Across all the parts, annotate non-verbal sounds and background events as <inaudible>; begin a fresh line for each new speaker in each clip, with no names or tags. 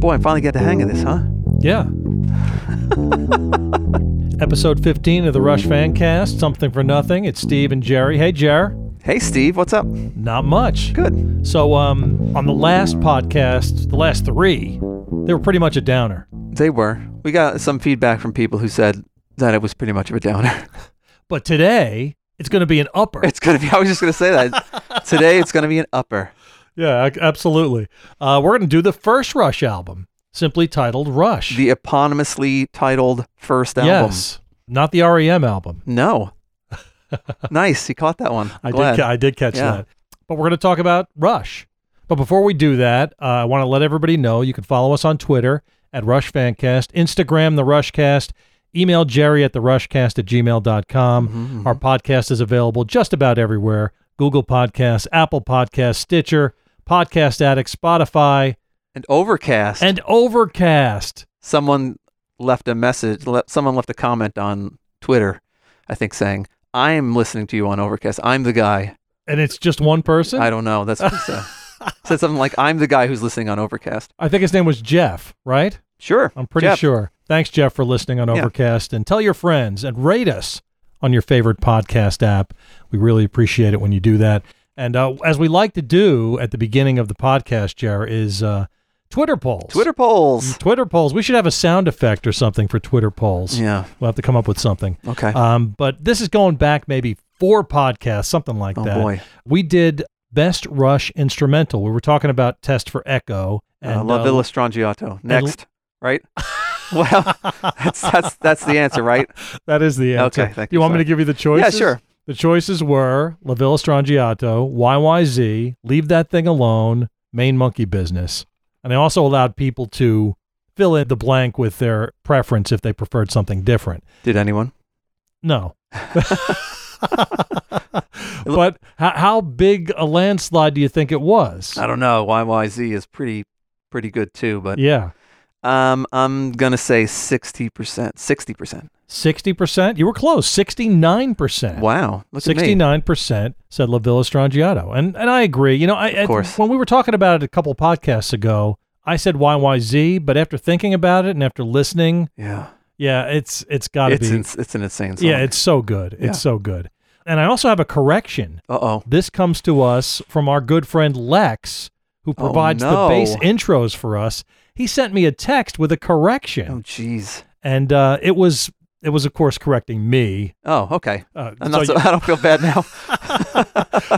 boy, I finally got the hang of this, huh? <laughs>
Yeah. Episode 15 of the Rush Fan Cast, Something for Nothing. It's Steve and Jerry. Hey, Jer.
Hey, Steve, what's up?
Not much.
Good.
So, um, on the last podcast, the last three, they were pretty much a downer.
They were. We got some feedback from people who said that it was pretty much of a downer. <laughs>
But today, it's going to be an upper.
It's going to be, I was just going to say <laughs> that. Today, it's going to be an upper.
yeah, ac- absolutely. Uh, we're going to do the first Rush album, simply titled Rush.
The eponymously titled first album.
Yes, not the REM album.
<laughs> No. nice. You caught that one.
I
Glad.
did. ca- I did catch
Yeah.
that. But we're going to talk about Rush. But before we do that, uh, I want to let everybody know you can follow us on Twitter at Rush Fancast, Instagram the Rushcast, email Jerry at the Rushcast at gmail.com.
Mm-hmm,
Our podcast is available just about everywhere: Google Podcasts, Apple Podcasts, Stitcher, Podcast Addict, Spotify,
And Overcast.
and Overcast.
someone left a message, le- someone left a comment on Twitter, I think, saying, I am listening to you on Overcast. I'm the guy.
And it's just one person.
I don't know. That's what he <laughs> said. said something like, I'm the guy who's listening on Overcast.
I think his name was Jeff, right?
Sure.
I'm pretty
Jeff,
sure. Thanks, Jeff, for listening on
Yeah.
Overcast. And tell your friends and rate us on your favorite podcast app. We really appreciate it when you do that. And uh, as we like to do at the beginning of the podcast, Jar, is uh, Twitter polls. Mm,
Twitter polls.
Twitter polls. We should have a sound effect or something for Twitter polls.
Yeah.
We'll have to come up with something.
Okay.
Um, but this is going back maybe four podcasts, something like
oh,
that.
boy.
We did Best Rush Instrumental. We were talking about Test for Echo.
uh, La
uh,
Villa Strangiato. Next.
<laughs>
right? well, <laughs> that's, that's, that's the answer,
<laughs>
right?
That is the answer.
Okay, thank
Do you
you,
want me
sorry.
to give you the choices?
Yeah, sure.
The choices were La Villa Strangiato, YYZ, Leave That Thing Alone, Main Monkey Business. And I also allowed people to fill in the blank with their preference if they preferred something different.
Did anyone?
No. <laughs> but how, how big a landslide do you think it was?
I don't know. YYZ is pretty, pretty good too, Uh, but
Yeah.
um, I'm going to say 60%. 60%.
60%? You were close. 69%.
Wow. Look at me.
Sixty-nine percent said La Villa Strangiato, and and I agree. You know, I, I
course.
when we were talking about it a couple podcasts ago, I said YYZ, but after thinking about it and after listening,
Yeah.
yeah, it's it's got to
It's
be,
ins it's an insane song.
yeah, it's so good,
Yeah.
it's so good. And I also have a correction.
uh oh.
This comes to us from our good friend Lex, who
Oh,
provides the
no.
bass intros for us. He sent me a text with a correction,
Oh jeez.
and uh, it was it was of course correcting me.
Oh okay.
Uh,
I'm
so
not so, <laughs> I don't feel bad
<laughs>
now.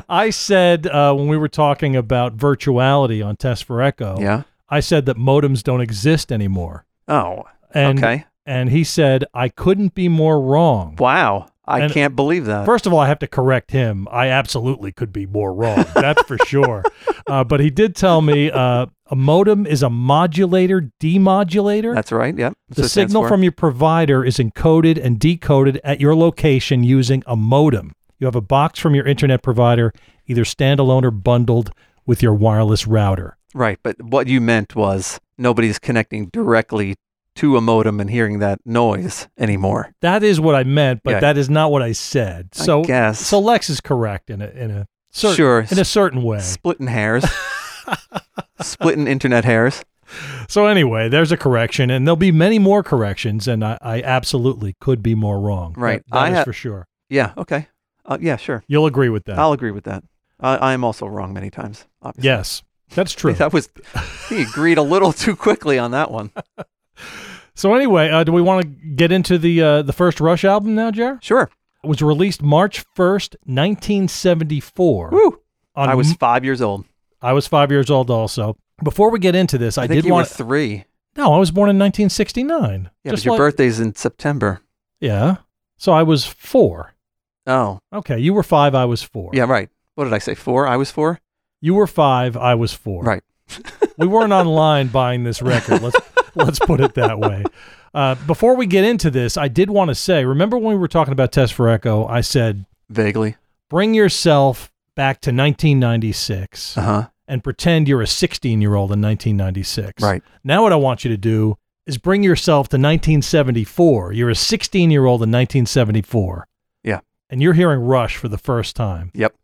I said uh, when we were talking about virtuality on Test for Echo,
Yeah.
I said that modems don't exist anymore.
Oh.
And,
okay.
And he said, I couldn't be more wrong.
Wow. I
and-
can't believe that.
First of all, I have to correct him. I absolutely could be more wrong. That's for
<laughs>
sure. Uh, but he did tell me uh, a modem is a modulator demodulator.
That's right. Yep. That's what
the
it stands
signal
for.
from your provider is encoded and decoded at your location using a modem. You have a box from your internet provider, either standalone or bundled with your wireless router.
right. But what you meant was nobody's connecting directly to a modem and hearing that noise anymore.
That is what I meant, but
Yeah.
that is not what I said. So,
I guess
so Lex is correct in a in a certain
Sure.
in a certain way.
splitting
<laughs>
hairs. splitting internet hairs.
So anyway, there's a correction, and there'll be many more corrections, and I, I absolutely could be more wrong.
Right.
That- that
I
is
ha-
for sure.
Yeah. Okay. Uh, yeah. Sure.
You'll agree with that.
I'll agree with that. I I am also wrong many times. Obviously.
yes, that's
<laughs>
true.
That was he agreed a little too quickly on that
<laughs>
one.
So anyway, uh, do we want to get into the uh, the first Rush album now, Jer?
Sure.
It was released March first, nineteen seventy four.
Woo.
I
I was five years old.
I was five years old also. Before we get into this, I,
I, think
did
you
want
were three.
no, I was born in nineteen sixty nine.
Yeah, but your birthday's in September.
Yeah, so I was four.
Oh,
Okay, you were five. I was four.
yeah, right. What did I say? Four? I was four.
you were five. I was four.
Right.
we weren't online buying this
<laughs>
record. Let's let's put it that way. Uh, before we get into this, I did want to say. Remember when we were talking about Test for Echo? I said
Vaguely.
bring yourself back to 1996
<laughs> Uh huh.
and pretend you're a 16 year old in 1996.
Right.
Now, what I want you to do is bring yourself to 1974. You're a 16 year old in 1974.
Yeah.
And you're hearing Rush for the first time.
Yep.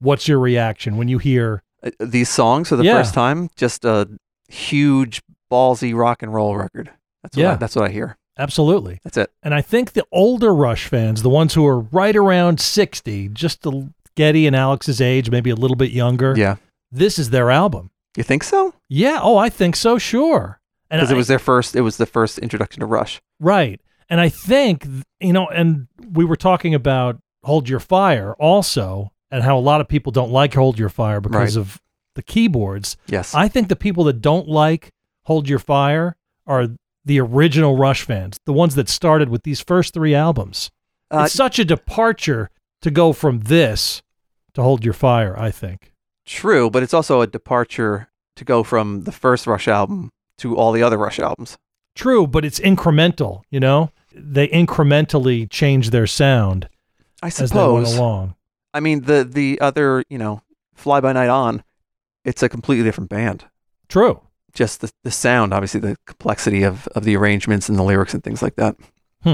What's your reaction when you hear
Uh, These uh, songs for the
Yeah.
first time, just a huge ballsy rock and roll record. That's what
Yeah.
I, that's what I hear.
Absolutely.
That's it.
And I think the older Rush fans, the ones who are right around 60, just the Getty and Alex's age, maybe a little bit younger,
Yeah.
this is their album.
You think so?
Yeah. Oh, I think so. Sure. And
Because it
I-
was their first. It was the first introduction to Rush.
Right. And I think, th- you know, and we were talking about Hold Your Fire also, and how a lot of people don't like Hold Your Fire because
Right.
of the keyboards.
Yes.
I think the people that don't like Hold Your Fire are the original Rush fans, the ones that started with these first three albums.
Uh,
it's such a departure to go from this to Hold Your Fire, I think.
True, but it's also a departure to go from the first Rush album to all the other Rush albums.
True, but it's incremental, you know? They incrementally change their sound
I
as they went
suppose.
along.
I mean, the the other, you know, Fly By Night on, it's a completely different band.
True.
Just the, the sound, obviously, the complexity of, of the arrangements and the lyrics and things like that.
Hmm.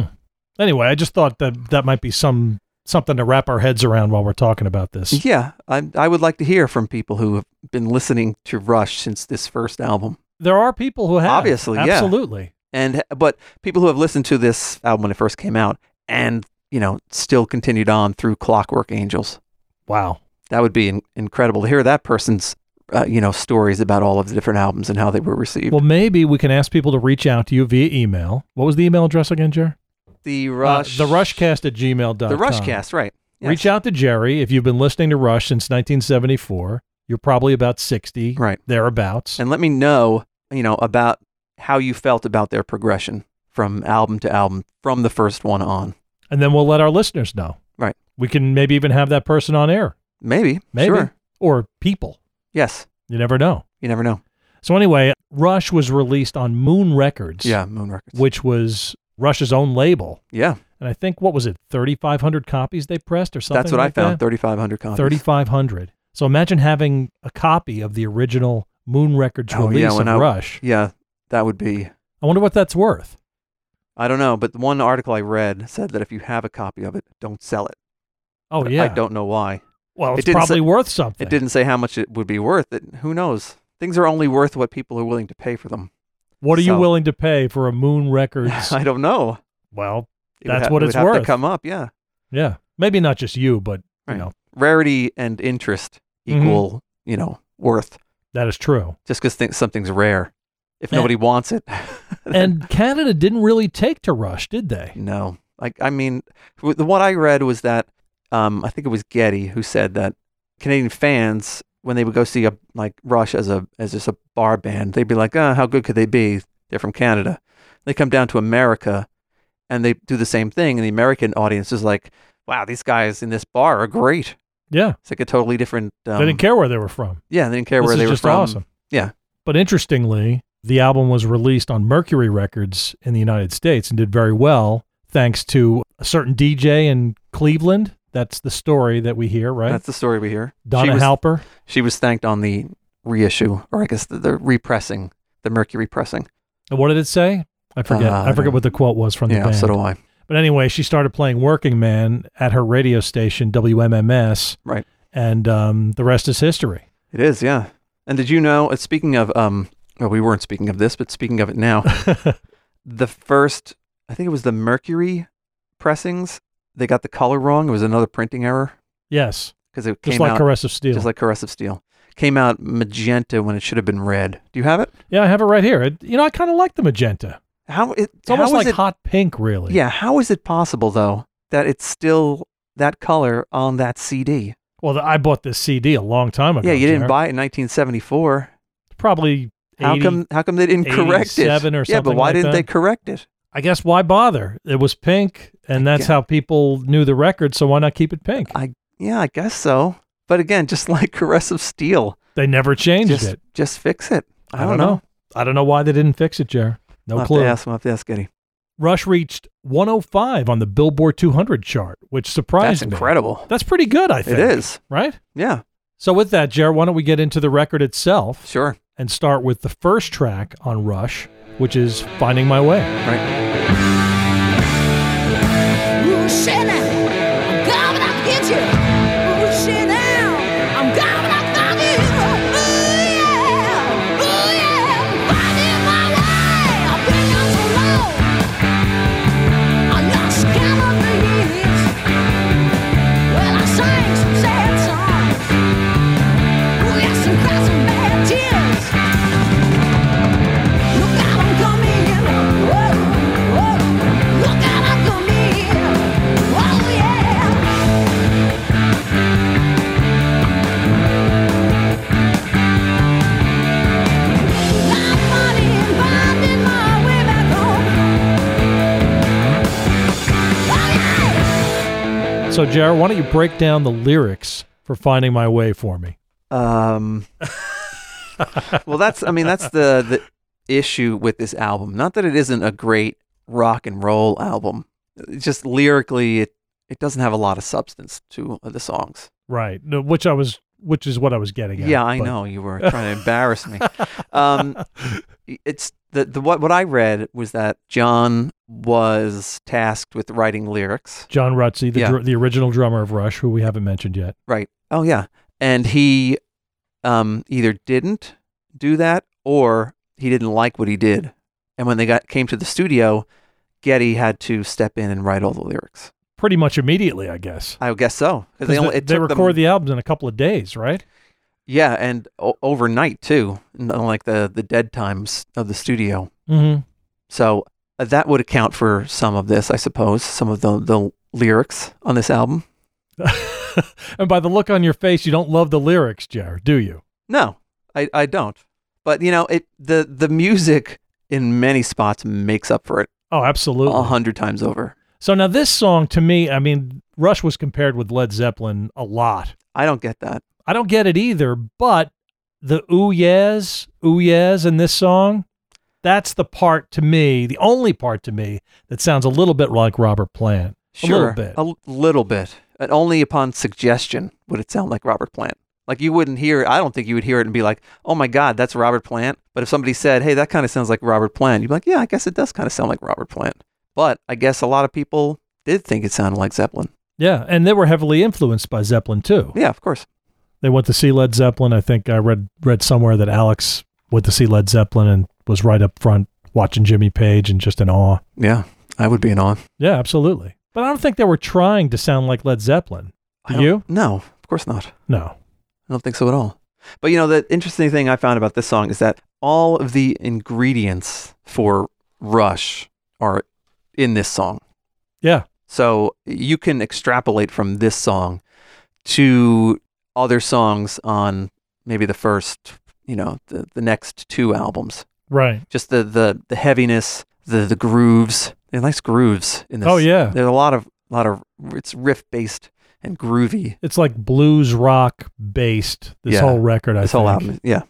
anyway, I just thought that that might be some something to wrap our heads around while we're talking about this.
Yeah, I I would like to hear from people who have been listening to Rush since this first album,
There are people who have
Obviously, yeah.
absolutely.
and uh, but people who have listened to this album when it first came out, and you know, still continued on through Clockwork Angels.
Wow,
that would be in- incredible to hear that person's uh, you know stories about all of the different albums and how they were received.
Well, maybe we can ask people to reach out to you via email. What was the email address again, Jer?
the Rush,
uh, the Rushcast at gmail.com.
the Rushcast, right? Yes.
Reach out to Jerry if you've been listening to Rush since 1974. You're probably about 60,
right,
thereabouts.
and let me know you know about how you felt about their progression from album to album from the first one on.
And then we'll let our listeners know.
Right.
We can maybe even have that person on air
Maybe,
Maybe.
sure,
or people.
yes.
You never know.
You never know.
So, anyway, Rush was released on Moon Records.
Yeah, Moon Records.
which was Rush's own label.
yeah,
And I think what was it, 3,500 copies they pressed or something?
that's what I
like
found.
that?
Thirty five hundred copies.
3,500. So imagine having a copy of the original Moon Records
Oh,
release
yeah, when
of
I-
Rush.
Yeah, that would be.
I wonder what that's worth.
I don't know, but the one article I read said that if you have a copy of it, don't sell it.
Oh
But
yeah.
I don't know why.
well,
it
it's
didn't
probably
say-
worth something.
It didn't say how much it would be worth. It, who knows? Things are only worth what people are willing to pay for them.
What are you
so-
willing to pay for
<laughs>
a Moon Records?
I don't know.
well,
It would
That's
ha-
what
it would
it's
have
worth.
To come up, yeah.
yeah. Maybe not just you, but
Right.
you know,
Rarity and interest
Mhm.
equal, you know, worth.
that
<laughs>
is true.
Just because th- something's rare, if
And-
nobody wants it, <laughs>
and Canada didn't really take to Rush, did they?
no. Like I mean, w- the what I read was that um, I think it was Getty who said that Canadian fans, when they would go see a like Rush as a as just a bar band, they'd be like, "Ah, how good could they be? They're from Canada." They come down to America, and they do the same thing, and the American audience is like, "Wow, these guys in this bar are great."
Yeah.
It's like a totally different. Um,
they didn't care where they were from.
Yeah, they didn't care
This
where
is
they were
just
from.
awesome.
Yeah.
But interestingly, the album was released on Mercury Records in the United States and did very well thanks to a certain DJ in Cleveland. That's the story that we hear, right?
That's the story we hear.
Donna
she was,
Halper.
She was thanked on the reissue, or I guess the, the repressing, the Mercury pressing.
And what did it say? I forget.
Uh,
I forget what the quote was from the
yeah,
band.
so do I.
But anyway, she started playing Working Man at her radio station, WMMS.
Right.
And um, the rest
<laughs>
is history.
It is, yeah. And did you know? uh, Speaking of, um, well, we weren't speaking of this, but speaking of it
<laughs>
now, the first, I think it was the Mercury pressings. They got the color wrong. It was another printing error
yes.
because it
Just
came
like
out
Caress of Steel.
just like Caress of Steel. Came out magenta when it should have been red. Do you have it?
yeah, I have it right here. It, you know, I kind of like the magenta.
How it?
It's almost
how is
like
it,
hot pink, really.
Yeah. How is it possible though that it's still that color on that CD?
Well, th- I bought this CD a long time ago.
yeah, you didn't
Jared.
buy it in 1974.
probably. 80,
How come? How come they didn't correct it?
87 or
Yeah, but
something
why
like
didn't
that.
they correct it?
I guess why bother? It was pink, and that's
Yeah.
how people knew the record. So why not keep it pink?
I yeah, I guess so. But again, just <laughs> like Caress of Steel,
They never changed
just
it.
just fix it. I,
don't know. I don't know why they didn't fix it, Jer. No
I'll have to
clue.
ask- I'll have to ask Eddie.
Rush reached 105 on the Billboard 200 chart, which surprised
That's
me.
incredible.
That's pretty good, I think.
It is.
right.
Yeah,
So with that, Jer, why don't we get into the record itself
sure.
and start with the first track on Rush, which is "Finding My Way."
Right.
Ooh, shit now. I'm coming, I'll get you. Ooh, shit now. I'm coming, I'll fuck you. Ooh, yeah. Ooh, yeah. Finding my Oh,
So, Jared, why don't you break down the lyrics for Finding My Way for me? <laughs>
Um, well, that's I mean that's the the issue with this album. Not that it isn't a great rock and roll album. It's Just lyrically, it it doesn't have a lot of substance to the songs.
Right. No, Which I was, which is what I was getting
Yeah,
at.
I
but-
know you
<laughs>
were trying to embarrass me. Um, it's the the what what I read was that John was tasked with writing lyrics.
John Rutsey, the,
Yeah.
dr- the original drummer of Rush, who we haven't mentioned yet.
Right. Oh yeah. And he um either didn't do that or he didn't like what he did. And when they got came to the studio, Getty had to step in and write all the lyrics.
Pretty much immediately, I guess.
I would guess so. 'Cause
Because
only-
they,
it
they
took them-
record the albums in a couple of days, right?
Yeah, and o- overnight too, not like the the dead times of the studio.
Mm-hmm.
So uh, that would account for some of this, I suppose, some of the the lyrics on this album.
<laughs> and by the look on your face, you don't love the lyrics, Jared, do you?
No, I, I don't. But you know, it the the music in many spots makes up for it
Oh, absolutely.
a hundred times over.
So now this song to me, I mean, Rush was compared with Led Zeppelin a lot.
I don't get that.
I don't get it either, but the ooh yeahs, ooh yeahs in this song, that's the part to me, the only part to me that sounds a little bit like Robert Plant. A little
Sure,
bit.
a l- little bit, and only upon suggestion would it sound like Robert Plant. Like you wouldn't hear it. I don't think you would hear it and be like, "Oh my God, that's Robert Plant." But if somebody said, "Hey, that kind of sounds like Robert Plant," you'd be like, "Yeah, I guess it does kind of sound like Robert Plant." But I guess a lot of people did think it sounded like Zeppelin.
Yeah, and they were heavily influenced by Zeppelin too.
Yeah, of course.
They went to see Led Zeppelin. I think I read read somewhere that Alex went to see Led Zeppelin and was right up front watching Jimmy Page and just in awe.
Yeah, I would be in awe.
Yeah, absolutely. But I don't think they were trying to sound like Led Zeppelin.
I
Do
don't-
you?
No, of course not.
No.
I don't think so at all. But you know, the interesting thing I found about this song is that all of the ingredients for Rush are in this song.
Yeah.
So you can extrapolate from this song to other songs on maybe the first, you know, the, the next two albums.
Right.
Just the the, the heaviness, the the grooves. There are nice grooves in this.
Oh yeah.
There's a lot of lot of it's riff based and groovy.
It's like blues rock based. This
Yeah.
whole record, I
this
think.
whole album. Yeah,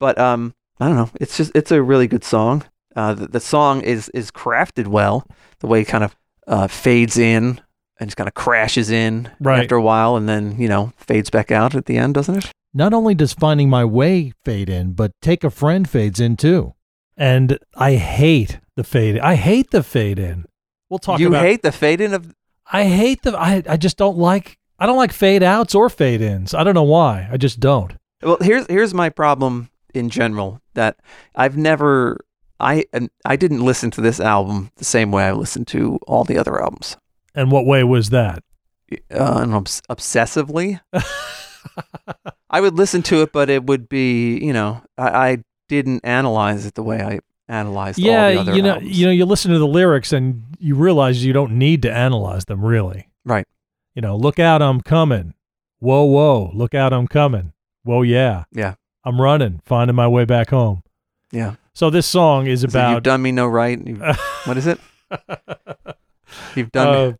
but um, I don't know. It's just it's a really good song. Uh, the, the song is is crafted well. The way it kind of uh, fades in and just kind of crashes in
Right.
after a while, and then you know fades back out at the end, doesn't it?
Not only does "Finding My Way" fade in, but "Take a Friend" fades in too. And I hate the fade. I hate the fade in. We'll talk
you
about.
hate the fade in of
I hate the. I I just don't like. I don't like fade outs or fade ins. I don't know why. I just don't.
well. Here's here's my problem in general that I've never. I and I didn't listen to this album the same way I listened to all the other albums.
And what way was that?
Uh, I don't know, obs-
<laughs>
obsessively. I would listen to it, but it would be, you know, I, I didn't analyze it the way I analyzed all the
yeah,
other
you know,
albums.
you know, you listen to the lyrics and you realize you don't need to analyze them really.
Right.
You know, look out, I'm coming. Whoa, whoa, look out, I'm coming. Whoa, yeah,
yeah,
I'm running, finding my way back home.
yeah.
So this song is
Is it you've
about.
done me no right.
<laughs>
You've, what is it? You've done.
Uh,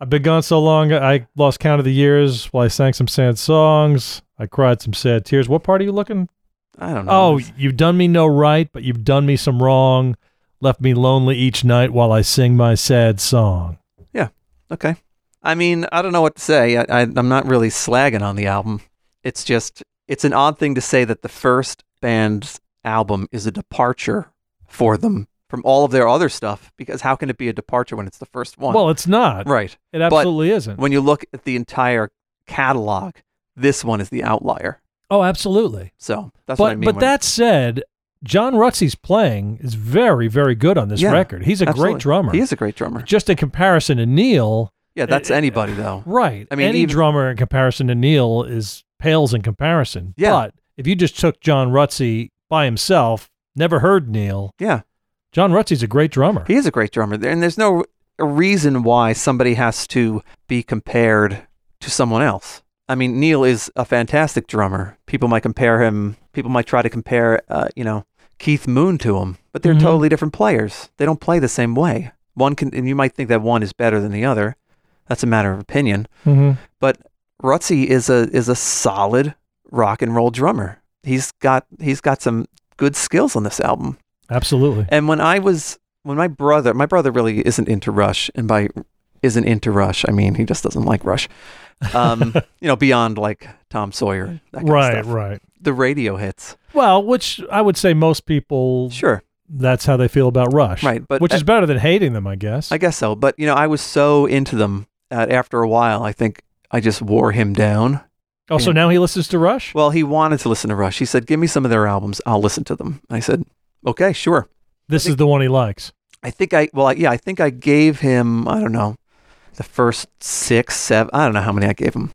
I've been gone so long, I lost count of the years while I sang some sad songs. I cried some sad tears. What part are you looking?
I don't know.
Oh, you've done me no right, but you've done me some wrong. Left me lonely each night while I sing my sad song.
okay. I mean, I don't know what to say. I, I, I'm not really slagging on the album. It's just, it's an odd thing to say that the first band's album is a departure for them from all of their other stuff. Because how can it be a departure when it's the first one?
Well, it's not.
right.
It absolutely isn't.
when you look at the entire catalog, this one is the outlier.
oh, absolutely.
So that's
but
what I mean.
but
when-
that said, John Rutsey's playing is very very good on this
Yeah,
record. He's a
absolutely.
great drummer.
He is a great drummer.
Just in comparison to Neil,
Yeah, that's
Uh,
anybody though.
right?
I mean,
any
even-
drummer in comparison to Neil is pales in comparison.
Yeah.
But if you just took John Rutsey by himself, never heard Neil,
Yeah,
John Rutsey's a great drummer.
he is a great drummer. There- And there's no a reason why somebody has to be compared to someone else. I mean, Neil is a fantastic drummer. People might compare him. People might try to compare, uh, you know, Keith Moon to him, but they're
Mhm.
totally different players. They don't play the same way. One can, and you might think that one is better than the other, That's a matter of opinion.
Mm-hmm.
Rutsey is a is a solid rock and roll drummer. He's got he's got some good skills on this album.
Absolutely.
And when I was when my brother my brother really isn't into Rush, and by isn't into Rush, I mean he just doesn't like Rush.
<laughs>
Um, you know, beyond like Tom Sawyer, that kind
Right,
of stuff.
right.
The radio hits,
Well, which I would say most people,
sure,
that's how they feel about Rush.
right, but
Which
I,
is better than hating them, I guess.
I guess so. But you know, I was so into them that after a while, I think I just wore him down.
oh, so
yeah.
now he listens to Rush?
Well, he wanted to listen to Rush. He said, "Give me some of their albums. I'll listen to them." I said, "Okay, sure."
this
think-
is the one he likes.
I think I well I- yeah I think I gave him I don't know the first six seven I don't know how many I gave him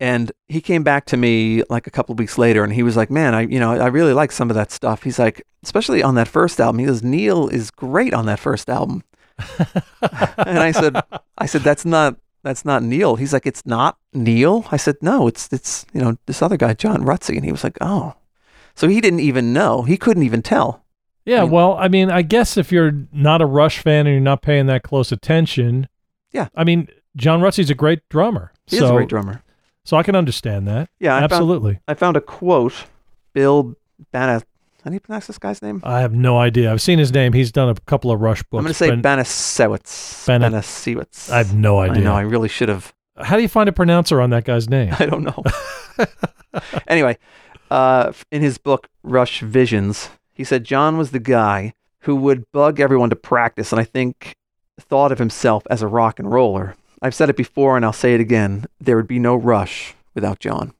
and he came back to me like a couple of weeks later and he was like man I you know I really like some of that stuff he's like especially on that first album he goes Neil is great on that first album <laughs> and I said I said that's not that's not Neil he's like it's not Neil I said no it's it's you know this other guy John Rutsey and he was like oh so he didn't even know he couldn't even tell
<laughs> Yeah,
I mean-
well, I mean, I guess if you're not a Rush fan and you're not paying that close attention,
Yeah.
I mean, John Rutsey's a great drummer.
he
so,
is a great drummer
So I can understand that.
yeah I found-
Absolutely.
I found a quote. Bill Banas. How do you pronounce this guy's name?
I have no idea. I've seen his name. He's done a couple of Rush books.
I'm going to say
but
Banasewitz.
Bana-
Banasewitz.
I have no
I
idea.
know. I really should have. <laughs>
How do you find a pronouncer on that guy's name?
I don't
<laughs>
know. anyway, uh, f- in his book Rush Visions, he said John was the guy who would bug everyone to practice, and I think thought of himself as a rock and roller. I've said it before, and I'll say it again: there would be no Rush without John,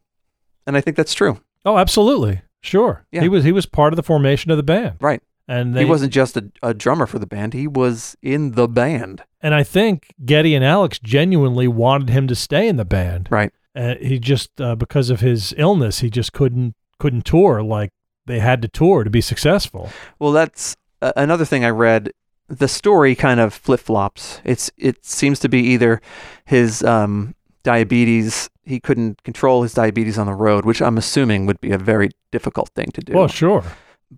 and I think that's true.
Oh, absolutely. Sure.
Yeah.
He was he was part of the formation of the band.
Right.
And they,
he wasn't just a, a drummer for the band; he was in the band.
and I think Getty and Alex genuinely wanted him to stay in the band.
Right.
Uh, he just uh, because of his illness, he just couldn't couldn't tour like they had to tour to be successful.
Well, that's uh, another thing I read. The story kind of flip flops. It's it seems to be either his um, diabetes. He couldn't control his diabetes on the road, which I'm assuming would be a very difficult thing to do.
Well, sure.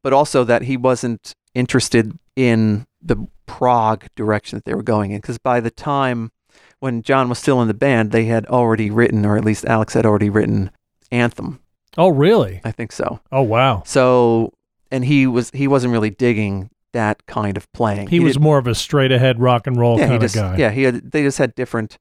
But also that he wasn't interested in the Prague direction that they were going in, because by the time when John was still in the band, they had already written, or at least Alex had already written, Anthem.
Oh, really?
I think so.
Oh, wow.
So, and he was he wasn't really digging that kind of playing.
He, was
didn't-
more of a straight ahead rock and roll
yeah, he
kind of
just,
guy.
Yeah, he had they just had different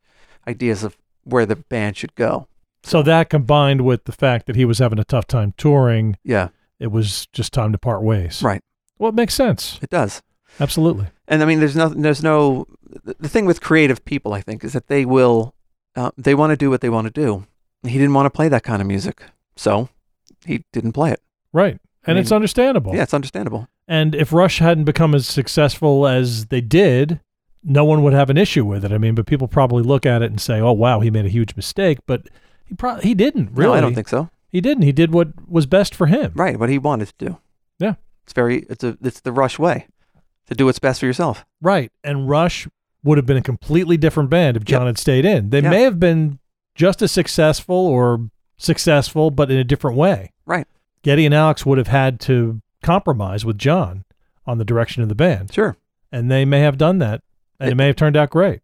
ideas of where the band should go.
So that combined with the fact that he was having a tough time touring,
Yeah,
it was just time to part ways.
Right.
Well, it makes sense.
it does.
Absolutely.
And I mean, there's no there's no the the thing with creative people. I think is that they will uh, they want to do what they want to do. He didn't want to play that kind of music, so he didn't play it.
Right. And
mean,
it's understandable.
Yeah, it's understandable.
And if Rush hadn't become as successful as they did, no one would have an issue with it. I mean, but people probably look at it and say, "Oh, wow, he made a huge mistake," but he probably he didn't really.
No, I don't think so.
he didn't. He did what was best for him.
Right, what he wanted to do.
Yeah.
it's very it's a it's the rush way to do what's best for yourself.
Right. And Rush would have been a completely different band if John had stayed in. They
Yeah.
may have been just as successful or successful, but in a different way.
Right.
Getty and Alex would have had to compromise with John on the direction of the band,
Sure.
and they may have done that, and it,
It-
may have turned out great.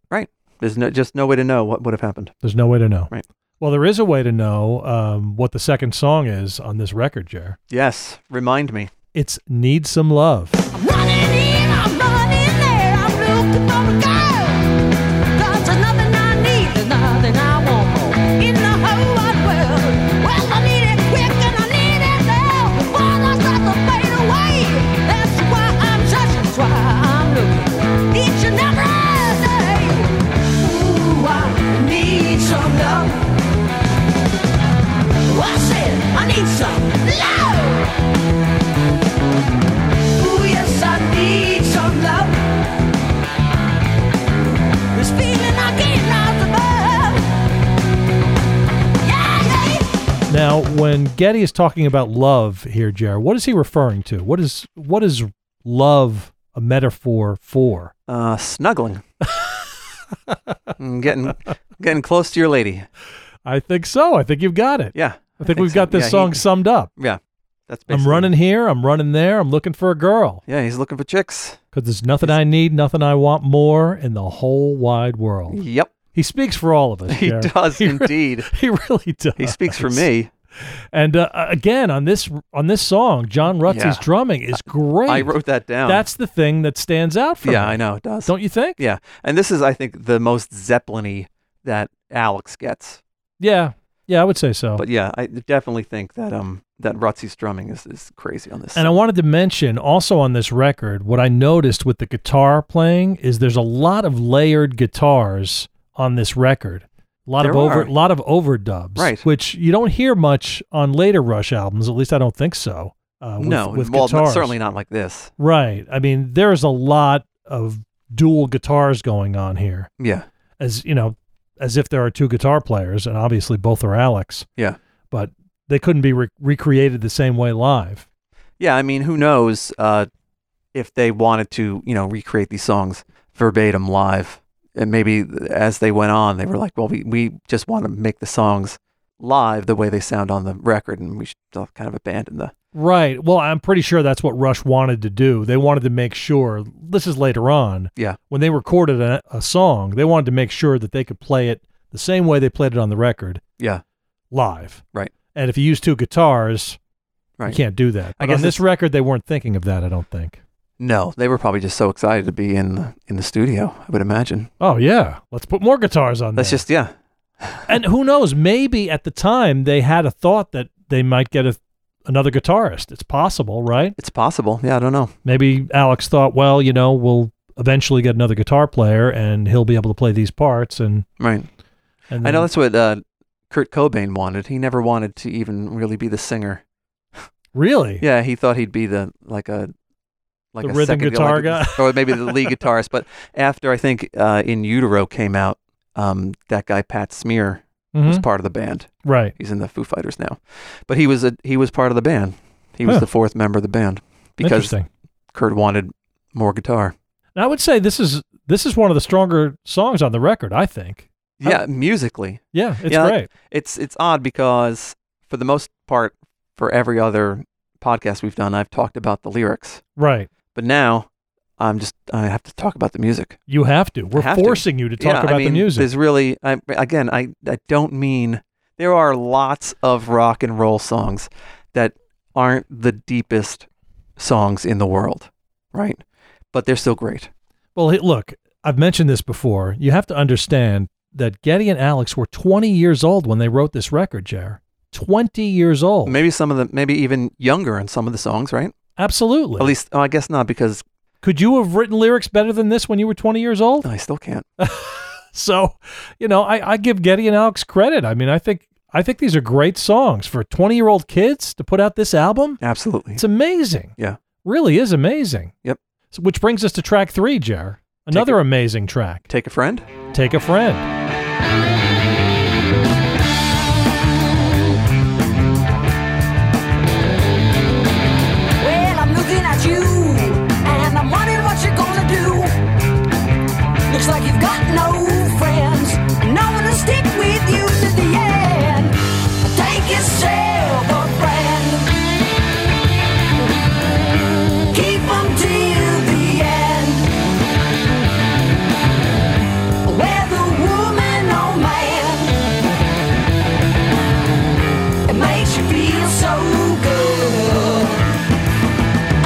There's no, just no way to know what would have happened.
There's no way to know.
Right.
Well, there is a way to know um, what the second song is on this record, Jer.
Yes, remind me.
It's Need Some Love.
I'm running in, I'm running there, I'm looking for a girl. 'Cause there's nothing I need, there's nothing I want more in the whole wide world. Well, I need it quick and I need it now before I start to fade away. That's why I'm searching, that's why I'm looking each and every day. Ooh, I need some love. I said I need some love. Ooh, yes, I need some love. This feeling I can't not above. Yeah, yeah.
Now, when Getty is talking about love here, Jared, what is he referring to? What is what is love a metaphor for?
Uh,
<laughs>
snuggling. Mm, getting getting close to your lady.
I think so. I think you've got it.
Yeah.
I think,
think
we've
so.
got this
Yeah, he-
song summed up.
Yeah. That's
I'm
basically-
running here. I'm running there. I'm looking for a girl
Yeah, he's looking for chicks.
because there's nothing I need, nothing I want more in the whole wide world. <laughs>
Yep.
He speaks for all of us.
He
Jared. <laughs>
does
He re-
indeed.
He really does.
He speaks for me.
And uh, again, on this on this song, John Rutz's
Yeah.
drumming is great.
I wrote that down.
That's the thing that stands out for
yeah,
me.
I know it does.
Don't you think?
yeah, and this is I think the most Zeppelin-y that Alex gets.
Yeah. Yeah, I would say so.
But yeah, I definitely think that um that Rutsy strumming is, is crazy on this.
and I wanted to mention also on this record, what I noticed with the guitar playing is there's a lot of layered guitars on this record. A lot of
There
over
are.
lot of overdubs.
Right.
Which you don't hear much on later Rush albums, at least I don't think so. Uh, with,
no,
with
well,
guitars.
certainly not like this.
Right. I mean, there's a lot of dual guitars going on here,
Yeah,
as you know, as if there are two guitar players, and obviously both are Alex.
Yeah.
But they couldn't be re- recreated the same way live.
yeah. I mean, who knows uh, if they wanted to, you know, recreate these songs verbatim live? And maybe as they went on, they were like, well, we we just want to make the songs live the way they sound on the record, and we should all kind of abandon the
Right. Well, I'm pretty sure that's what Rush wanted to do. They wanted to make sure, this is later on,
yeah
when they recorded a, a song, they wanted to make sure that they could play it the same way they played it on the record
yeah
live.
Right.
And if you use two guitars,
right.
you can't do that.
I
But on
guess
this
it's-
record, they weren't thinking of that, I don't think.
No, they were probably just so excited to be in the, in the studio. I would imagine.
Oh yeah, let's put more guitars on
That's
there.
just yeah,
and who knows? Maybe at the time they had a thought that they might get a, another guitarist. It's possible, right?
it's possible. Yeah, I don't know.
Maybe Alex thought, well, you know, we'll eventually get another guitar player, and he'll be able to play these parts. And
Right.
and
I
then-
know that's what uh, Kurt Cobain wanted. He never wanted to even really be the singer.
really.
Yeah, he thought he'd be the like a like
The
a
rhythm
second
guitar
like- <laughs> or maybe the lead guitarist. But after I think uh, In Utero came out, um, that guy Pat Smear
Mhm.
was part of the band.
Right.
He's in the Foo Fighters now, but he was a he was part of the band. He was
Huh.
the fourth member of the band because
Interesting.
Kurt wanted more guitar.
And I would say this is this is one of the stronger songs on the record. I think. Huh.
Yeah, musically,
Yeah, it's
Yeah, like-
great.
it's it's odd because for the most part, for every other podcast we've done, I've talked about the lyrics.
Right.
But now I'm just I have to talk about the music.
You have to. We're
have to.
forcing you to talk
Yeah,
about
I mean,
the music.
There's really I, again I I don't mean there are lots of rock and roll songs that aren't the deepest songs in the world, right? But they're still great.
Well, hey, look, I've mentioned this before. You have to understand that Getty and Alex were 20 years old when they wrote this record, Jer. 20 years old.
Maybe some of them, maybe even younger in some of the songs, right?
Absolutely.
At least, oh, I guess not because
Could you have written lyrics better than this when you were 20 years old? <laughs>
I still can't.
So, you know, I, I give Getty and Alex credit. I mean, I think I think these are great songs for 20 year old kids to put out this album.
Absolutely.
It's amazing.
Yeah.
Really is amazing.
Yep.
So, which brings us to track three, Jer.
Take
Another
it.
amazing track.
Take a friend.
Take a friend.
Well, I'm looking at you, and I'm wondering what you're gonna do. Looks like you've got no friends, and no one to stick with you to the end. Take yourself a friend. Keep 'em till the end. Whether woman or man, it makes you feel so good.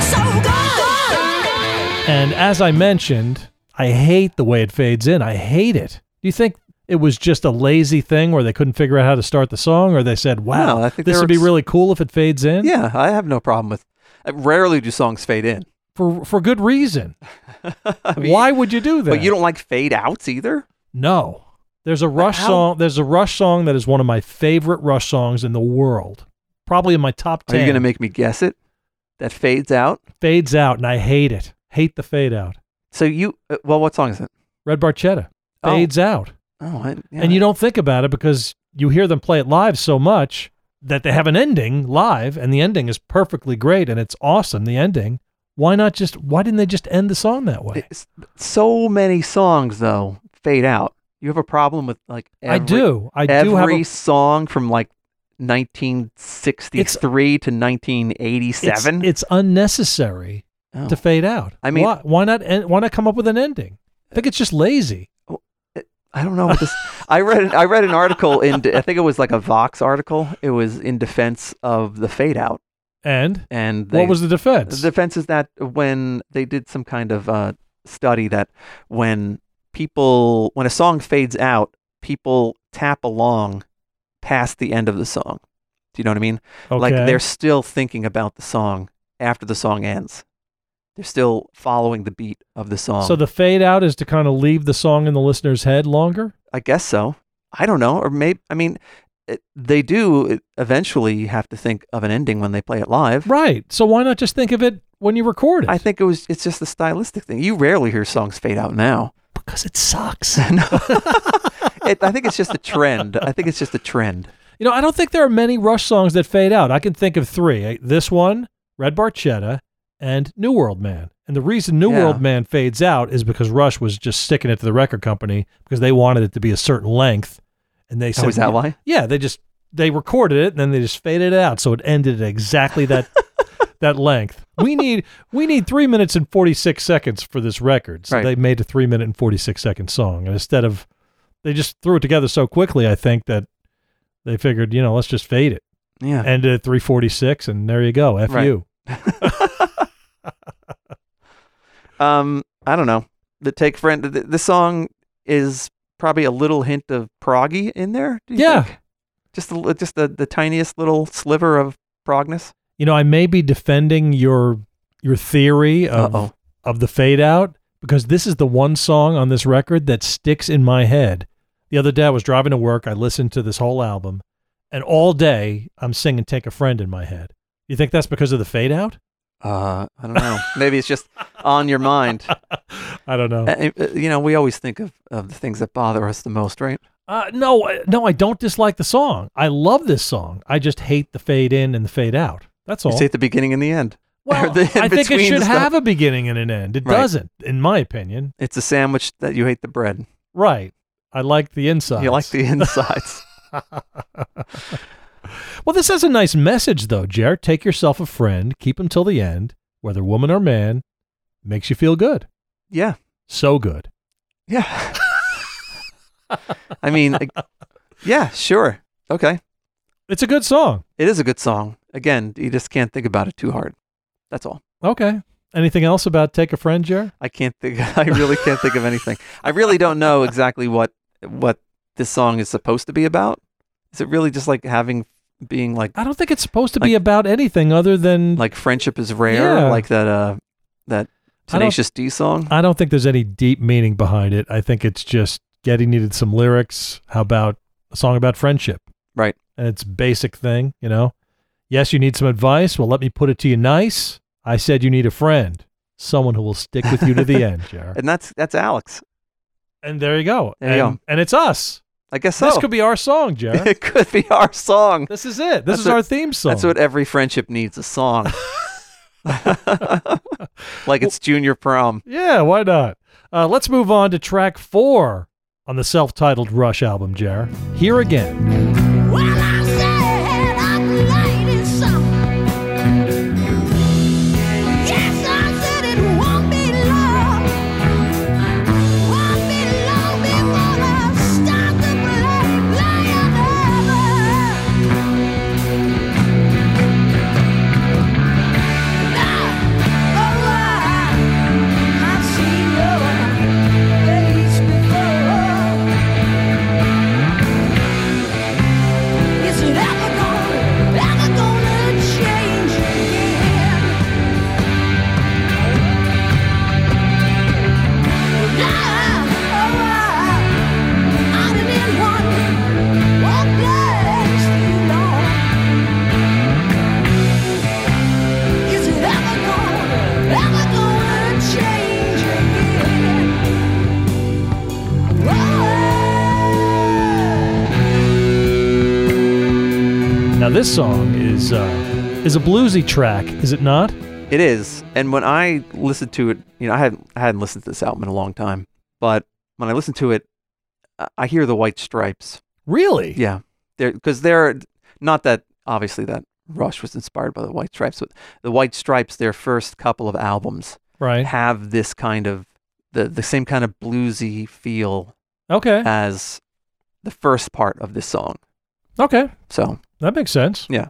So good.
And as I mentioned, I hate the way it fades in. I hate it. Do you think it was just a lazy thing where they couldn't figure out how to start the song, or they said, "Wow,
No, I think
this
they
would
were
be
ex-
really cool if it fades in"?
Yeah, I have no problem with. uh, Rarely do songs fade in.
for for good reason.
<laughs> I mean,
Why would you do that?
But you don't like fade outs either.
No, there's a Rush
how-
song. There's a Rush song that is one of my favorite Rush songs in the world. Probably in my top
Are
ten.
you going to make me guess it? That fades out.
fades out, and I hate it. Hate the fade out.
So you, uh, well, what song is it?
Red Barchetta
Oh.
fades out.
Oh, I, yeah.
And you don't think about it because you hear them play it live so much that they have an ending live, and the ending is perfectly great and it's awesome, the ending. Why not just, why didn't they just end the song that way?
It's- so many songs though fade out. You have a problem with like every,
I do. I
E-, every
do have a,
song from like 1963 to 1987.
It's, it's unnecessary
Oh.
to fade out.
I mean-
why, why not? En- why not come up with an ending? I think it's just lazy.
I don't know what this. I read I read an article in I think it was like a Vox article. It was in defense of the fade out,
And
and they,
what was the defense?
The defense is that when they did some kind of uh, study that when people when a song fades out, people tap along past the end of the song. Do you know what I mean? Like
Okay.
they're still thinking about the song after the song ends. They're still following the beat of the song.
so the fade out is to kind of leave the song in the listener's head longer.
I guess so. I don't know, or maybe I mean, it, they do eventually have to think of an ending when they play it live.
Right. So why not just think of it when you record it?
I think it was it's just the stylistic thing. You rarely hear songs fade out now.
because it sucks.
<laughs> No. it, I think it's just a trend. I think it's just a trend.
You know, I don't think there are many Rush songs that fade out. I can think of three: Uh, this one, Red Barchetta, and New World Man. And the reason New
Yeah.
World Man fades out is because Rush was just sticking it to the record company because they wanted it to be a certain length, and they said,
Oh, is that why?
Yeah, they just they recorded it and then they just faded it out, so it ended at
<laughs>
exactly that that length. We need we need three minutes and forty six seconds for this record. So
Right.
they made a three minute and forty six second song, and instead of they just threw it together so quickly, I think that they figured, you know, let's just fade it.
Yeah.
End it at three forty six, and there you go, f
Right.
you.
Um, I don't know. The take friend. The, the song is probably a little hint of proggy in there. do you
Yeah.
think? Just the, just the, the tiniest little sliver of progness.
You know, I may be defending your your theory of
Uh-oh.
of the fade out because this is the one song on this record that sticks in my head. The other day I was driving to work, I listened to this whole album, and all day I'm singing Take a Friend in my head. You think that's because of the fade out?
Uh, I don't know. Maybe it's just on your mind.
I don't know.
Uh, uh, you know, we always think of, of the things that bother us the most, right?
Uh, no, I- no, I don't dislike the song. I love this song. I just hate the fade in and the fade out. That's all.
You say at the beginning and the end. <laughs>
well,
the
I think it
in-between
should
stuff.
have a beginning and an end. It
Right.
doesn't, in my opinion.
It's a sandwich that you hate the bread.
Right. I like the inside.
You like the insides.
Well, this has a nice message, though, Jared. Take yourself a friend, keep him till the end, whether woman or man, makes you feel good.
yeah.
So good.
Yeah. I mean, like, yeah, sure. Okay.
It's a good song.
It is a good song. Again, you just can't think about it too hard. That's all.
Okay. Anything else about Take a Friend, Jared?
I can't think. <laughs> I really can't think of anything. I really don't know exactly what what this song is supposed to be about. Is it really just like having being like
I don't think it's supposed to be
Like-
about anything other than
like friendship is rare,
Yeah.
like that uh that
I don't-
Tenacious D song?
I don't think there's any deep meaning behind it. I think it's just Getty needed some lyrics. How about a song about friendship?
Right.
And it's a basic thing, you know. Yes, you need some advice. Well, let me put it to you nice. I said you need a friend, someone who will stick with you to <laughs> the end, Jared.
And that's that's Alex.
And there you go.
There you
and,
go.
and it's us.
I guess so.
This could be
<laughs>
our song, Jared.
it could be our song.
this is it. This
That's
is
what-
our theme song.
That's what every friendship needs a song. <laughs> like it's junior prom.
yeah, why not? Uh, let's move on to track four on the self-titled Rush album, Jared. Here again.
Well, I said I'm late in something. Yes, I said it won't be long. Won't be long before I start to play, play another. Now, oh, I- I've seen your face before. Is it ever gonna, ever gonna change again? Now, oh, I, I done been one, one place too long. Is it ever gonna, ever gonna change again? Oh,
Now this song is uh, is a bluesy track, is it not?
It is. And when I listened to it, you know, I hadn't I hadn't listened to this album in a long time. But when I listened to it, I- I hear the white stripes.
Really?
Yeah. They're because they're not that obviously that Rush was inspired by the White Stripes, but the White Stripes, their first couple of albums,
Right.
have this kind of the the same kind of bluesy feel
Okay.
as the first part of this song.
Okay.
So
That makes sense.
Yeah.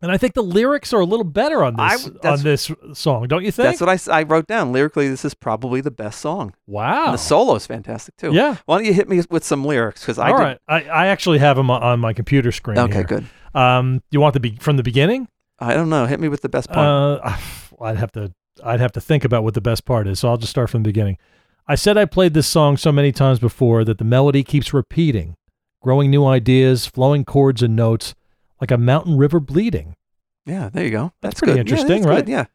And I think the lyrics are a little better on
I-
this
that's-
on this song, don't you think?
that's what I, s- I wrote down. Lyrically, this is probably the best song.
wow.
And the solo's fantastic too.
Oh. Yeah.
Why don't you hit me with some lyrics? Because I
All
did-
right. I, I actually have them on my computer screen.
Okay,
here.
good.
Um, you want the be- from the beginning?
I don't know. Hit me with the best part.
Uh, <sighs> I'd have to I'd have to think about what the best part is. So I'll just start from the beginning. I said I played this song so many times before that the melody keeps repeating, growing new ideas, flowing chords and notes, like a mountain river bleeding.
yeah, there you go.
that's
That's,
pretty
good. Yeah, that's
interesting,
good,
right?
Yeah.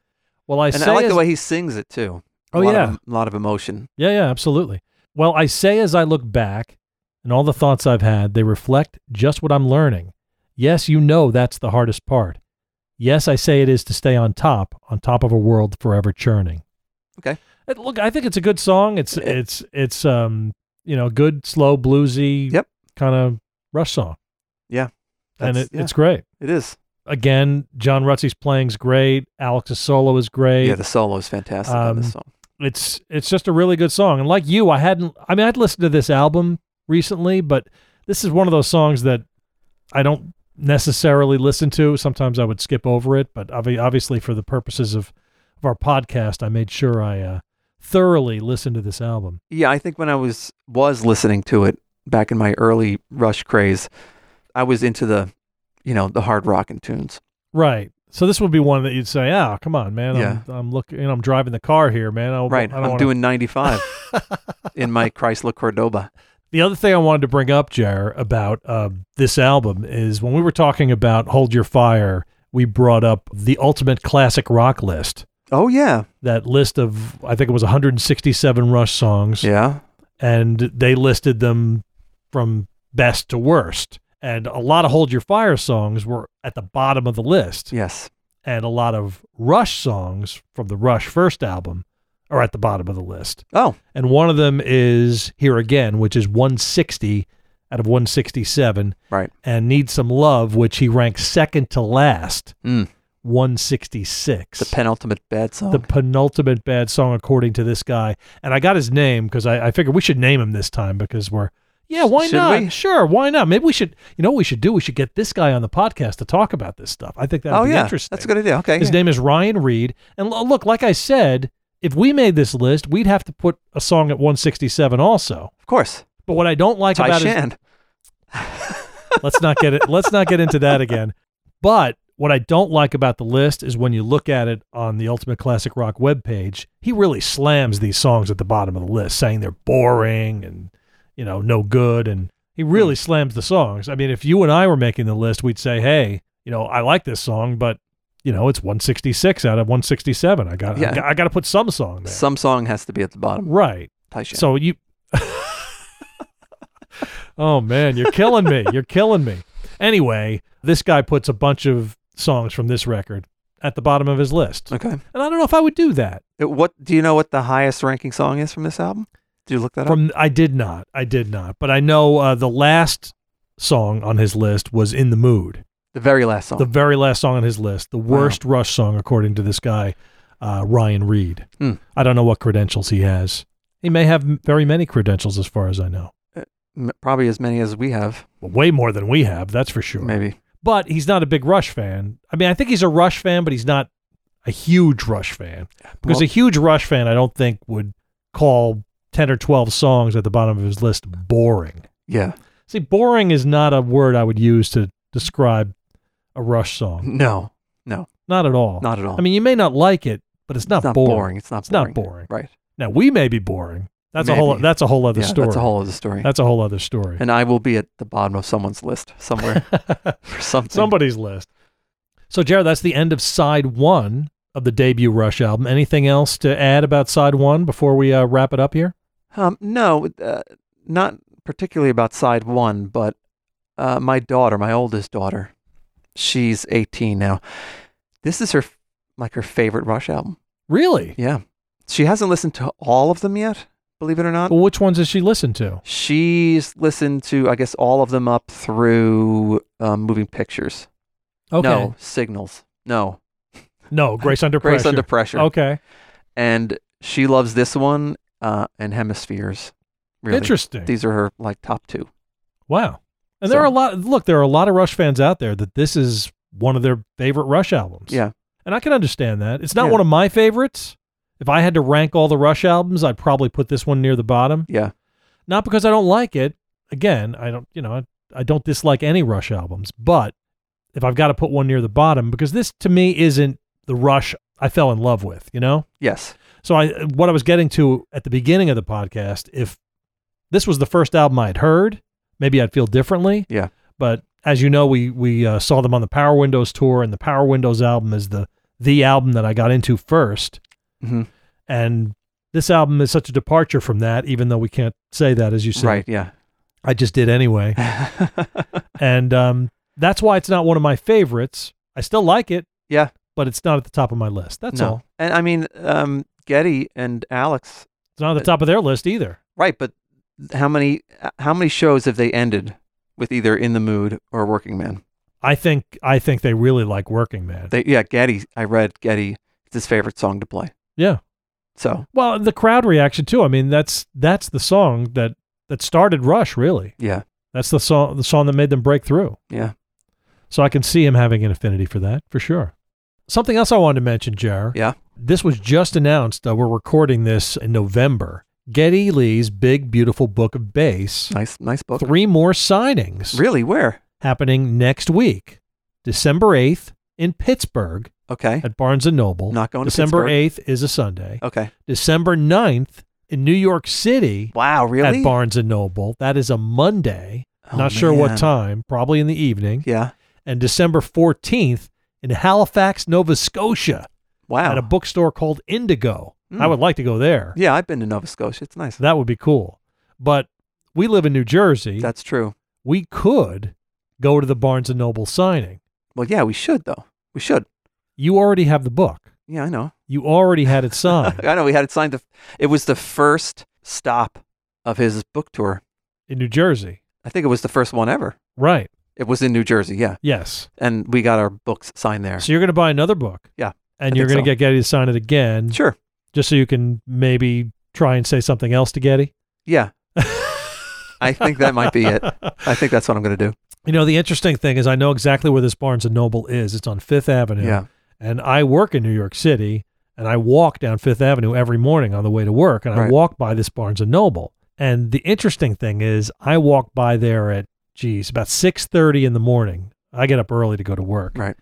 Well, I
and
say
I like
as-
the way he sings it too.
Oh,
a lot
yeah.
of, a lot of emotion.
Yeah, yeah, absolutely. Well, I say as I look back and all the thoughts I've had, they reflect just what I'm learning. Yes, you know that's the hardest part. Yes, I say it is to stay on top, on top of a world forever churning.
Okay. Eh.
Uh, Look, I think it's a good song. It's
Yeah.
it's it's um, you know, good slow bluesy
Yep.
kind of rush song.
Yeah.
and
That's-
it,
yeah,
it's great.
it is.
Again, John Rutsey's playing's great. Alex's solo is great
Yeah, the solo is fantastic on
Um,
this song.
it's it's just a really good song. And like you, I hadn't I mean I'd listened to this album recently, but this is one of those songs that I don't necessarily listen to. Sometimes I would skip over it, but obvi- obviously for the purposes of, of our podcast, I made sure I uh, thoroughly listened to this album.
Yeah, I think when I was was listening to it back in my early Rush craze, I was into the, you know, the hard rock and tunes.
Right. So this would be one that you'd say, "Ah, come on, man! I'm, I'm looking, you know, I'm driving the car here, man. I,
Right.
I
I'm
don't wanna-
doing
<laughs>
95 in my Chrysler Cordoba.
The other thing I wanted to bring up, Jer, about uh, this album is when we were talking about Hold Your Fire, we brought up the ultimate classic rock list.
Oh yeah,
That list of, I think it was 167 Rush songs,
yeah.
and they listed them from best to worst. And a lot of Hold Your Fire songs were at the bottom of the list,
Yes.
and a lot of Rush songs from the Rush first album are at the bottom of the list
Oh,
and one of them is here again, which is 160 out of 167,
right.
and Need Some Love, which he ranks second to last,
Mm.
166.
The penultimate bad song.
The penultimate bad song, according to this guy. And I got his name because I, I figured we should name him this time because we're. Yeah, why
Should
not?
we?
Sure, why not? Maybe we should. You know, what we should do. We should get this guy on the podcast to talk about this stuff. I think that would
oh
be
yeah,
interesting.
that's a good idea. Okay.
His
yeah.
name is Ryan Reed. And lo- look, like I said, if we made this list, we'd have to put a song at 167 also.
Of course.
But what I don't like
Ty
about
Shan.
it, let's not get it. Let's not get into that again. But what I don't like about the list is when you look at it on the Ultimate Classic Rock webpage, he really slams these songs at the bottom of the list, saying they're boring and you know no good, and he really
Hmm.
slams the songs. I mean, if you and I were making the list, we'd say, hey, you know, I like this song, but you know, it's 166 out of 167. I got,
Yeah.
I got, I got to put some song there,
Some song has to be at the bottom.
right?
Ty Shan.
So you. <laughs> oh man, you're killing me. You're killing me. Anyway, this guy puts a bunch of songs from this record at the bottom of his list, and
okay.
I don't know if I would do that.
Uh, What do you know? What the highest ranking song is from this album? Do you look that up?
From I did not, I did not, but I know uh, the last song on his list was "In the Mood,"
The very last song.
the very last song on his list, the worst Rush song according to this guy, uh, Ryan Reed.
Hmm.
I don't know what credentials he has. He may have m- very many credentials, as far as I know.
M- Probably as many as we have.
Way more than we have, that's for sure.
Maybe.
but he's not a big Rush fan. I mean, I think he's a Rush fan, but he's not a huge Rush fan because
Well-
a huge Rush fan, I don't think would call ten or twelve songs at the bottom of his list boring.
Yeah.
See, boring is not a word I would use to describe a
<laughs>
Rush song.
No.
Not at all.
Not at all.
I mean, you may not like it, but it's not,
it's not
boring.
boring. It's not.
It's
boring.
not boring.
Right.
Now we may be boring. That's a whole.
Maybe.
That's a whole other
yeah.
story.
That's a whole other story.
That's a whole other story.
and I will be at the bottom of someone's list
<laughs>
somewhere for something.
somebody's list. So, Jared, that's the end of side one of the debut Rush album. Anything else to add about side one before we uh, wrap it up here?
Um, no, uh, not particularly about side one, but uh, my daughter, my oldest daughter, she's 18 now. This is her f- like her favorite Rush album.
Really?
Yeah, she hasn't listened to all of them yet. Believe it or not,
Well, which ones does she listen to?
she's listened to I guess all of them up through um, Moving Pictures.
Okay.
No Signals. No
No, Grace Under
Grace
Pressure.
Under Pressure.
Okay.
And she loves this one uh, and Hemispheres. Really.
Interesting.
These are her like top two.
Wow. And there
So-
are a lot look, there are a lot of Rush fans out there that this is one of their favorite Rush albums.
Yeah.
And I can understand that. It's not
Yeah.
one of my favorites. If I had to rank all the Rush albums, I'd probably put this one near the bottom.
Yeah.
Not because I don't like it. Again, I don't, you know, I, I don't dislike any Rush albums, but if I've got to put one near the bottom because this to me isn't the Rush I fell in love with, you know?
Yes.
So I what I was getting to at the beginning of the podcast, if this was the first album I'd heard, maybe I'd feel differently.
Yeah.
But as you know, we we uh, saw them on the Power Windows tour, and the Power Windows album is the the album that I got into first.
Mhm.
And this album is such a departure from that, even though we can't say that as you said.
Right.
<laughs>
Yeah.
I just
<laughs>
did anyway, and um, that's why it's not one of my favorites. I still like it.
Yeah.
But it's not at the top of my list. That's
no.
all.
And I mean, um, Getty and Alex.
It's not at
Uh,
the top of their list either.
Right. But how many how many shows have they ended with either In the Mood or Working Man?
I think I think they really like Working Man.
They yeah. Getty. I read Getty. It's his favorite song to play.
yeah.
So
Well, the crowd reaction too. I mean, that's that's the song that that started Rush. Really,
yeah.
that's the song the song that made them break through.
Yeah.
So I can see him having an affinity for that for sure. Something else I wanted to mention, Jar.
Yeah.
This was just announced. Uh, we're recording this in November. Getty Lee's Big Beautiful Book of Bass.
Nice. Nice book.
Three more signings
Really? Where?
happening next week, December eighth in Pittsburgh
Okay.
at Barnes and Noble.
Not going to
December
Pittsburgh.
8th is a Sunday.
Okay.
December 9th in New York City
Wow. Really?
at Barnes and Noble. That is a Monday.
Oh,
Not sure what
man.
time, probably in the evening.
Yeah.
And December 14th in Halifax, Nova Scotia
Wow.
at a bookstore called Indigo.
Mm.
I would like to go there.
yeah, I've been to Nova Scotia. It's nice.
That would be cool. But we live in New Jersey.
That's true.
we could go to the Barnes and Noble signing.
Well, yeah, we should though. We should.
You already have the book.
Yeah, I know.
You already had it signed
<laughs> I know. We had it signed. The, it was the first stop of his book tour.
in New Jersey.
I think it was the first one ever.
Right.
It was in New Jersey. Yeah,
Yes.
and we got our books signed there.
So you're going to buy another book.
Yeah,
And
I
you're
think so.
going to get Getty to sign it again.
Sure.
Just so you can maybe try and say something else to Getty.
Yeah. I think that might be it. I think that's what I'm going to do.
You know, the interesting thing is I know exactly where this Barnes and Noble is. It's on Fifth Avenue.
Yeah.
And I work in New York City and I walk down Fifth Avenue every morning on the way to work and I
Right.
walk by this Barnes and Noble. And the interesting thing is I walk by there at geez, about six thirty in the morning. I get up early to go to work.
Right.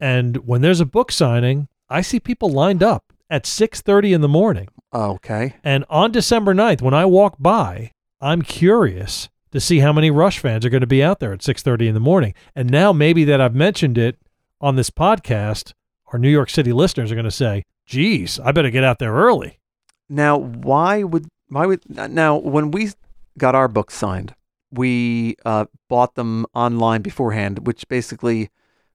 And when there's a book signing, I see people lined up at six thirty in the morning.
Okay.
And on December 9th, when I walk by, I'm curious to see how many Rush fans are going to be out there at 6:30 in the morning. And now maybe that I've mentioned it on this podcast, our New York City listeners are going to say, "Geez, I better get out there early."
Now, why would why would now when we got our books signed, we uh, bought them online beforehand, which basically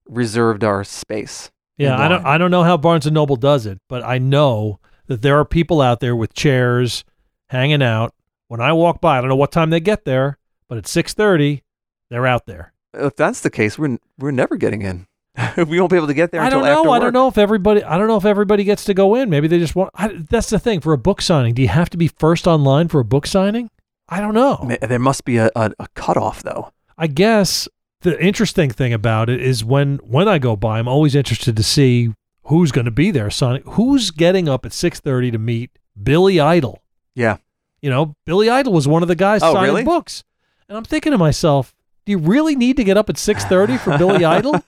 reserved our space. in
Yeah, I don't
line.
I don't know how Barnes and Noble does it, but I know that there are people out there with chairs hanging out. When I walk by, I don't know what time they get there, but at 6:30, they're out there.
if that's the case, we're n- we're never getting in. <laughs> we won't be able to get there.
I
until
don't
After
know. I
work.
don't know if everybody. I don't know if everybody gets to go in. Maybe they just want. I, that's the thing for a book signing. Do you have to be first online for a book signing? I don't know.
Ma- There must be a, a, a cutoff though.
I guess the interesting thing about it is when when I go by, I'm always interested to see who's going to be there. Sonic, who's getting up at six thirty to meet Billy Idol?
Yeah.
You know, Billy Idol was one of the guys
Oh,
signing
really?
books, and I'm thinking to myself, do you really need to get up at six thirty
<laughs>
for Billy Idol?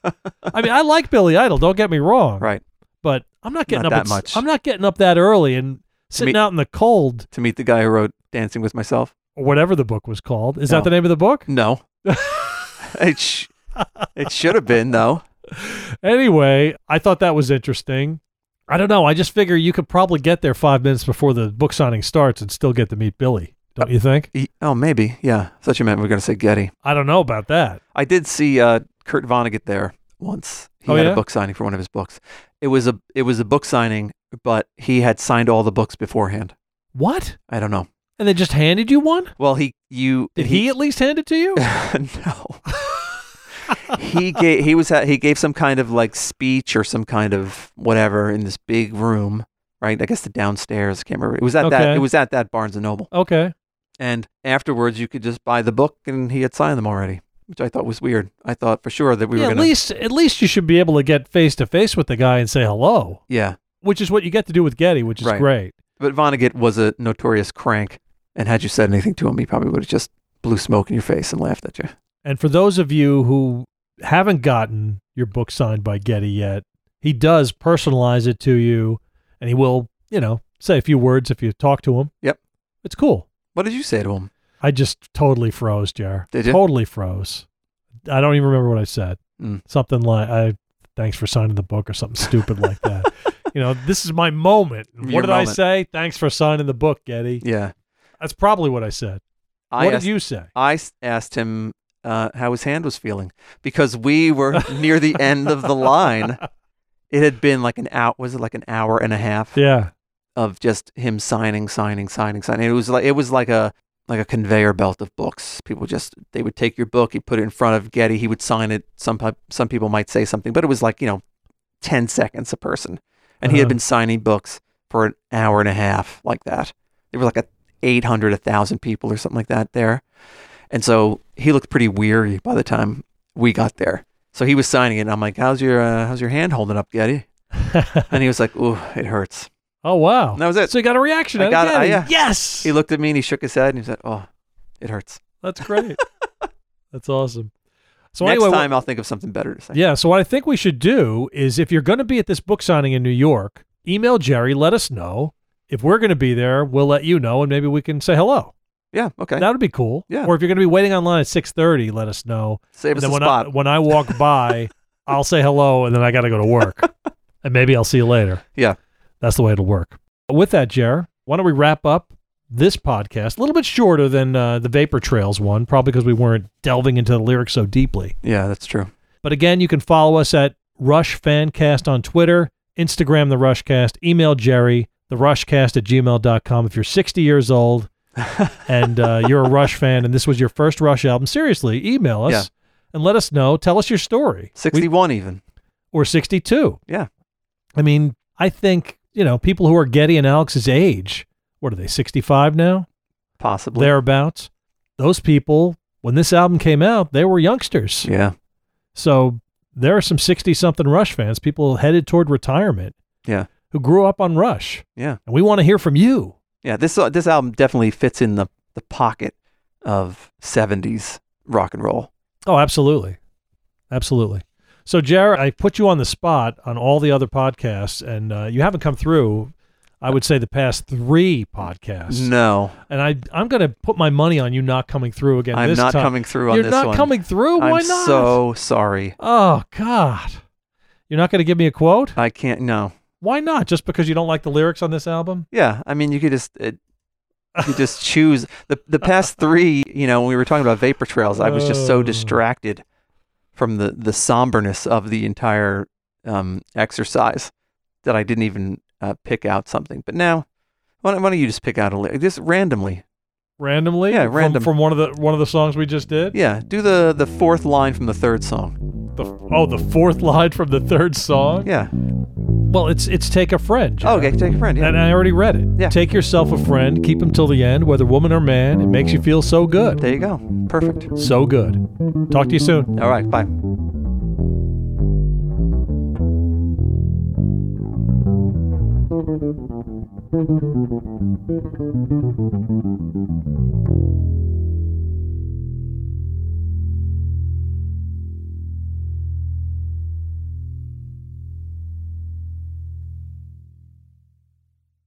I mean, I like Billy Idol. Don't get me wrong.
Right.
but I'm not getting
Not
up
that
at s-
much.
I'm not getting up that early and sitting
mean-
out in the cold
To meet the guy who wrote Dancing with Myself.
or whatever the book was called. Is
No.
that the name of
<laughs>
the book? <laughs>
No. it sh- it should have been though.
Anyway, I thought that was interesting. I don't know. I just figure you could probably get there five minutes before the book signing starts and still get to meet Billy. Don't you think?
E- Oh, maybe. Yeah. I thought you meant we were going to say Getty.
I don't know about that.
I did see uh, Kurt Vonnegut there once. He
Oh,
had
yeah?
a book signing for one of his books. It was a it was a book signing, but he had signed all the books beforehand.
What?
I don't know.
And they just handed you one?
Well, he you
Did he, at least hand it to
<laughs>
you?
no. he gave he was ha- he gave some kind of like speech or some kind of whatever in this big room, right? I guess the downstairs. I can't remember. It was at that.
Okay.
It was at that Barnes and Noble,
okay.
And afterwards, you could just buy the book, and he had signed them already, which I thought was weird. I thought for sure that we
yeah,
were
at
gonna.
least at least you should be able to get face to face with the guy and say hello,
yeah,
which is what you get to do with Getty, which is
Right.
great.
but Vonnegut was a notorious crank, and had you said anything to him, he probably would have just blew smoke in your face and laughed at you.
And for those of you who haven't gotten your book signed by Getty yet, he does personalize it to you, and he will, you know, say a few words if you talk to him.
Yep.
it's cool.
What did you say to him? <laughs>
I just totally froze, Jar.
Did you?
Totally froze. I don't even remember what I said.
Mm.
Something like, "I thanks for signing the book" or something stupid like
<laughs>
that. You know, this is my moment. What
Your
did I
moment.
say? Thanks for signing the book, Getty.
Yeah,
That's probably what I said.
I
what
asked,
did you say?
I s- asked him uh, how his hand was feeling because we were near the end of the line. It had been like an hour. Was it like an hour and a half?
Yeah. <laughs>
of just him signing, signing, signing, signing. It was like it was like a like a conveyor belt of books. People just they would take your book, he'd put it in front of Getty, he would sign it. Some pub- some people might say something, but it was like you know, ten seconds a person, and he
Uh-huh.
had been signing books for an hour and a half like that. There were like a eight hundred, a thousand people or something like that there, and so he looked pretty weary by the time we got there. So he was signing it, and I'm like, "How's your uh, how's your hand holding up, Getty?" And he was like, "Ooh, it hurts."
oh wow.
And that was it.
So you got a reaction.
I
out of
got it. I-
Getty.
yeah.
Yes.
He looked at me and he shook his head and he said, "Oh, it hurts."
That's
<laughs>
great. That's awesome. So
Next
anyway, wh-
time I'll think of something better to say.
Yeah. So what I think we should do is, if you're going to be at this book signing in New York, email Jerry. Let us know if we're going to be there. We'll let you know, and maybe we can say hello.
Yeah. Okay.
That would be cool.
Yeah.
Or if you're going to be waiting online at six thirty, let us know.
Save
And
us
then
a
when
spot.
I when I walk
<laughs>
by, I'll say hello, and then I got to go to work, and maybe I'll see you later.
Yeah.
That's the way it'll work. With that, Jer, why don't we wrap up this podcast? A little bit shorter than uh, the Vapor Trails one, probably because we weren't delving into the lyrics so deeply.
yeah, that's true.
But again, you can follow us at Rush Fancast on Twitter, Instagram The Rushcast, email Jerry, the Rushcast at gmail.com if you're 60 years old and uh, you're a Rush fan and this was your first Rush album. Seriously, email us
Yeah.
and let us know. Tell us your story. We-
Sixty-one, even.
or 62.
Yeah.
I mean, I think, you know, people who are Getty and Alex's age, what are they, 65 now?
Possibly.
Thereabouts. Those people, when this album came out, they were youngsters.
Yeah.
So there are some 60 something Rush fans, people headed toward retirement.
Yeah.
Who grew up on Rush.
Yeah.
And we want to hear from you.
Yeah. This uh, this album definitely fits in the the pocket of seventies rock and roll.
Oh, absolutely. Absolutely. So, Jared, I put you on the spot on all the other podcasts, and uh, you haven't come through, I would say, the past three podcasts.
No,
And I, I'm going to put my money on you not coming through again
I'm
this
not
time.
coming through on
You're
this
not
one.
coming through?
I'm
Why not?
so sorry.
Oh, God. You're not going to give me a quote?
I can't. No.
Why not? Just because you don't like the lyrics on this album?
Yeah. I mean, you could just. It, you just choose the the past three. You know, when we were talking about vapor trails, I was just
Oh.
so distracted from the the somberness of the entire um, exercise that I didn't even uh, pick out something. But now, why don't, why don't you just pick out a lyric just randomly?
randomly
Yeah,
from,
random.
from one of the one of the songs we just did
Yeah, do the the fourth line from the third song.
the, oh the fourth line from the third song
Yeah.
well it's it's take a friend Jack.
Oh, okay, take a friend. Yeah.
and i already read it
Yeah.
take yourself a friend keep him till the end whether woman or man it makes you feel so good
There you go. Perfect.
so good talk to you soon
All right. Bye.